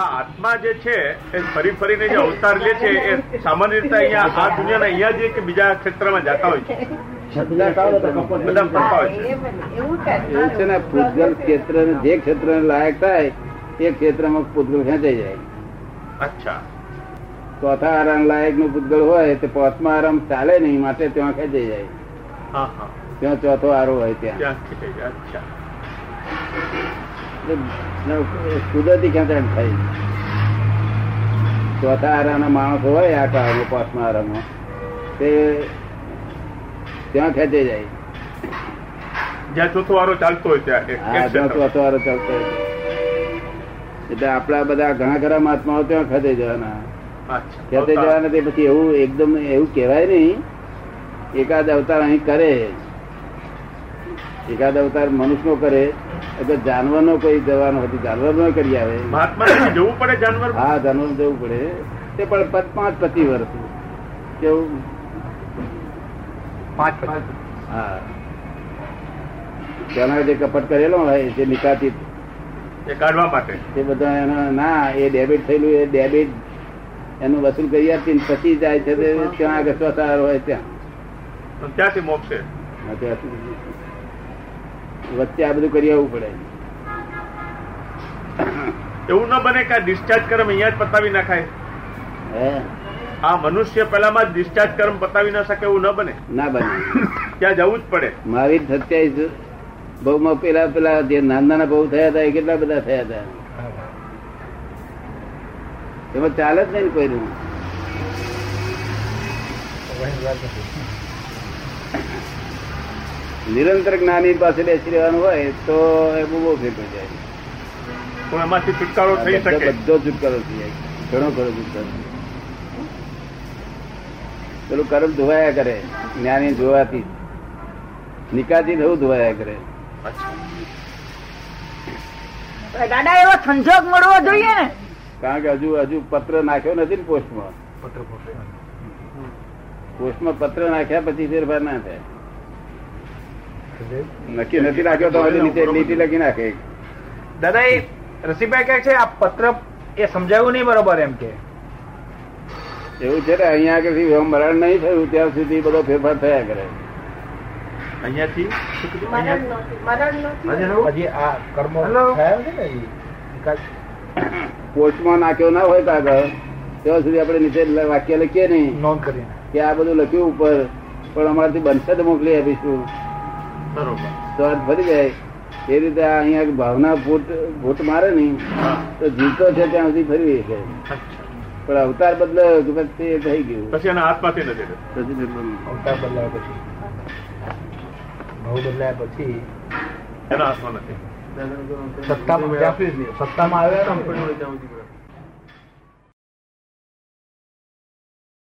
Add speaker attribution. Speaker 1: આ આત્મા જે છે એ ફરી ફરીને જે અવતાર લે છે એ સામાન્ય રીતે અહીંયા આ દુનિયાના અહીંયા જ કે બીજા ક્ષેત્રમાં જતા હોય છે બધા ફરતા હોય છે
Speaker 2: એવું છે ને ભૂતગલ ક્ષેત્ર જે ક્ષેત્ર લાયક થાય એ ક્ષેત્રમાં ભૂતગલ ખેંચાઈ જાય
Speaker 1: અચ્છા
Speaker 2: ચોથા આરામ લાયક નું ભૂતગલ હોય તે પાંચમા આરામ ચાલે નહીં માટે ત્યાં ખેંચાઈ જાય
Speaker 1: હા હા
Speaker 2: ત્યાં ચોથો આરો હોય ત્યાં
Speaker 1: ત્યાં ખીચાઈ જાય. અચ્છા
Speaker 2: એટલે કુદરતી ખેંચાણ થાય ચોથા આરાના માણસ હોય આ કાળમાં પાંચમા આરામાં તે ત્યાં ખેંચાઈ જાય
Speaker 1: જ્યાં ચોથો વારો ચાલતો હોય ત્યાં એક- એક
Speaker 2: હા ત્યાં
Speaker 1: ક્ષેત્ર.
Speaker 2: ચોથો આરો ચાલતો હોય. એટલે આપણા બધા ઘણા ખરા મહાત્માઓ ત્યાં ખેંચાઈ જવાના
Speaker 1: અચ્છા.
Speaker 2: ખેંચાઈ જવાના તે પછી એવું એકદમ એવું કહેવાય નહીં એકાદ અવતાર અહીં કરે એકાદ અવતાર મનુષ્યનો કરે એટલે જાનવરનો કોઈ જવાનો હતી જાનવરનો કરી આવે
Speaker 1: મહાત્માને જવું પડે જાનવર
Speaker 2: હા જાનવર જવું પડે તે પણ પાંચ- પાંચ પચીસ વર્ષ કેવું
Speaker 1: પાંચ
Speaker 2: હા તેના જે કપટ કરેલો હોય જે નિકાતી
Speaker 1: એ કાઢવા માટે
Speaker 2: તે બધા એના ના એ ડેબિટ થયેલું એ ડેબિટ એનું વસૂલ કરી આપી ને પછી જાય છે તે ત્યાં આગળ સ્વસાર હોય ત્યાં
Speaker 1: તો ત્યાંથી મોકશે
Speaker 2: વચ્ચે આ બધું કરી આવવું પડે
Speaker 1: એવું ન બને કે આ discharge કર્મ અહીંયા જ પતાવી નાખાય
Speaker 2: હે
Speaker 1: આ મનુષ્ય પહેલામાં જ discharge કર્મ પતાવી ન શકે એવું ન બને
Speaker 2: ના બને
Speaker 1: ત્યાં જવું જ પડે
Speaker 2: મારી સત્યાવીસ બહુમાં પેલા પેલા જે નાના નાના બહુ થયા હતા એ કેટલા બધા થયા હતા એમાં ચાલે જ નહીં ને કોઈનું નિરંતર જ્ઞાની પાસે બેસી રહેવાનું હોય તો એ બહુ બહુ ફેર પડી જાય
Speaker 1: તો એમાંથી છુટકારો થઈ
Speaker 2: આ
Speaker 1: શકે
Speaker 2: બધો બધો છુટકારો થઈ જાય ઘણો ખરો છુટકારો પેલું કર્મ ધોવાયા કરે જ્ઞાની ધોવાથી નિકાતી થવું ધોવાયા કરે
Speaker 1: અચ્છા.
Speaker 3: દાદા એવો સંજોગ મળવો જોઈએ ને
Speaker 2: કારણ કે હજુ હજુ પત્ર નાખ્યો નથી ને પોસ્ટમાં પોસ્ટમાં પત્ર નાખ્યા પછી ફેરફાર ના થાય નક્કી નથી નાખ્યો તો હજુ નીચે નીતિ લખી નાખે
Speaker 4: દાદા એ રસીભાઈ કહે છે આ પત્ર એ સમજાયું નહીં બરોબર એમ કે
Speaker 2: એવું છે ને અહીંયા આગળથી મરણ નહીં થયું ત્યાં સુધી બધો ફેરફાર થયા કરે
Speaker 1: અહીંયાથી શું કીધું? અહીંયા-
Speaker 4: હજી આ કર્મો
Speaker 3: Hello?
Speaker 4: થયા છે ને એ નિકાલ-
Speaker 2: પોસ્ટમાં નાખ્યો ના હોય કાગળ ત્યાં સુધી આપણે નીચે વાક્ય લખીએ નહીં
Speaker 4: નોંધ કરીને
Speaker 2: કે આ બધું લખ્યું ઉપર પણ અમારાથી બનશે તો મોકલી આપીશું
Speaker 1: બરોબર
Speaker 2: તો આ ફરી જાય એ રીતે આ અહીંયા ભાવના ફૂટ ફૂટ મારે નહીં
Speaker 1: હા.
Speaker 2: તો જીવતો છે ત્યાં સુધી ફરી છે
Speaker 1: અચ્છા.
Speaker 2: પણ અવતાર બદલાયો કે પછી એ થઈ ગયું
Speaker 1: પછી એના હાથમાંથી નથી રહેતું.
Speaker 2: પછી બદલાયું.
Speaker 4: અવતાર બદલાયા પછી ભાવ બદલાયા પછી
Speaker 1: એના હાથમાં નથી
Speaker 4: સત્તામાં જ્યાં સુધી- સત્તામાં આવ્યા ને,